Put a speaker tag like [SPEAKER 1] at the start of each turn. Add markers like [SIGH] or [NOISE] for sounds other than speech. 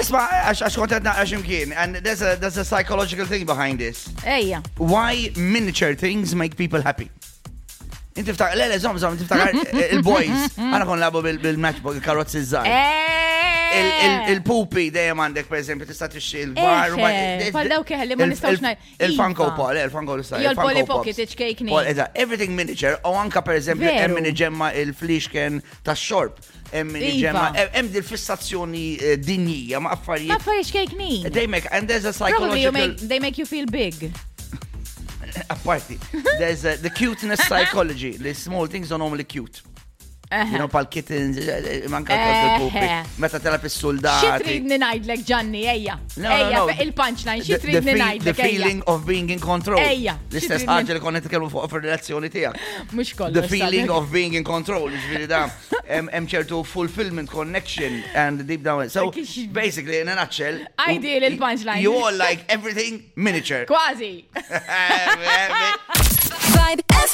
[SPEAKER 1] Isma, għax għax kontet naqra ximkien, and there's a, there's a psychological thing behind this.
[SPEAKER 2] Ejja.
[SPEAKER 1] Why miniature things make people happy? Inti ftakar, le, le, zom, zom, inti ftakar
[SPEAKER 2] [LAUGHS]
[SPEAKER 1] il-boys, għana kon labu bil-matchbook, il-karotzi zzar. Il- il-
[SPEAKER 2] Eh.
[SPEAKER 1] Il-pupi dejjem għandek, per eżempju, tista' tixxi il-bar.
[SPEAKER 2] Eħe,
[SPEAKER 1] u ma-
[SPEAKER 2] pal Eh, dawk eħe li ma
[SPEAKER 1] il-
[SPEAKER 2] nistgħux
[SPEAKER 1] il-
[SPEAKER 2] ngħid.
[SPEAKER 1] Il-Funko
[SPEAKER 2] Iva.
[SPEAKER 1] Pop, le, il-Funko Pop.
[SPEAKER 2] Jo, l-Polly
[SPEAKER 1] il-Funko
[SPEAKER 2] Pocket,
[SPEAKER 1] Pops.
[SPEAKER 2] iċkejkni.
[SPEAKER 1] Pol- eżatt, Everything miniature, u anka per eżempju,
[SPEAKER 2] Veru.
[SPEAKER 1] hemm min iġemma il-flixken tax-xorb. Hemm min
[SPEAKER 2] Iva.
[SPEAKER 1] iġemma, hemm dil-fissazzjoni eh, dinjija ma'
[SPEAKER 2] Ma
[SPEAKER 1] affarijiet
[SPEAKER 2] farix kejkni.
[SPEAKER 1] They make, and there's a
[SPEAKER 2] Probably you
[SPEAKER 1] [LAUGHS]
[SPEAKER 2] make,
[SPEAKER 1] psychological,
[SPEAKER 2] they make you feel big.
[SPEAKER 1] apparti, there's a, the
[SPEAKER 2] [LAUGHS]
[SPEAKER 1] cuteness psychology. The small things are normally cute.
[SPEAKER 2] Uh-huh.
[SPEAKER 1] You know, pal kittens, eh, eh, manka
[SPEAKER 2] Eh.
[SPEAKER 1] l-pupi, meta tela
[SPEAKER 2] Xi
[SPEAKER 1] pis-soldati.
[SPEAKER 2] tridni ngħidlek Ġanni, ejja.
[SPEAKER 1] Ah, No, no,
[SPEAKER 2] Ejja,
[SPEAKER 1] no.
[SPEAKER 2] fe- il-punchline,
[SPEAKER 1] The-
[SPEAKER 2] xi
[SPEAKER 1] the
[SPEAKER 2] tridni
[SPEAKER 1] feel-
[SPEAKER 2] ngħidlek
[SPEAKER 1] The
[SPEAKER 2] ejja.
[SPEAKER 1] feeling of being in control.
[SPEAKER 2] Ejja,
[SPEAKER 1] L-istess
[SPEAKER 2] xi trid
[SPEAKER 1] ħaġa li konna nitkellmu fuq fil-relazzjoni tiegħek.
[SPEAKER 2] Mhux kollox.
[SPEAKER 1] The feeling
[SPEAKER 2] sadek. [LAUGHS]
[SPEAKER 1] of being in control, ġifiri da, em- em ċertu fulfillment, connection, and deep down. So,
[SPEAKER 2] Kix-
[SPEAKER 1] basically, in a nutshell,
[SPEAKER 2] Ideal il-punchline.
[SPEAKER 1] You [LAUGHS] Eh, all like everything miniature.
[SPEAKER 2] Kważi.
[SPEAKER 3] Vibe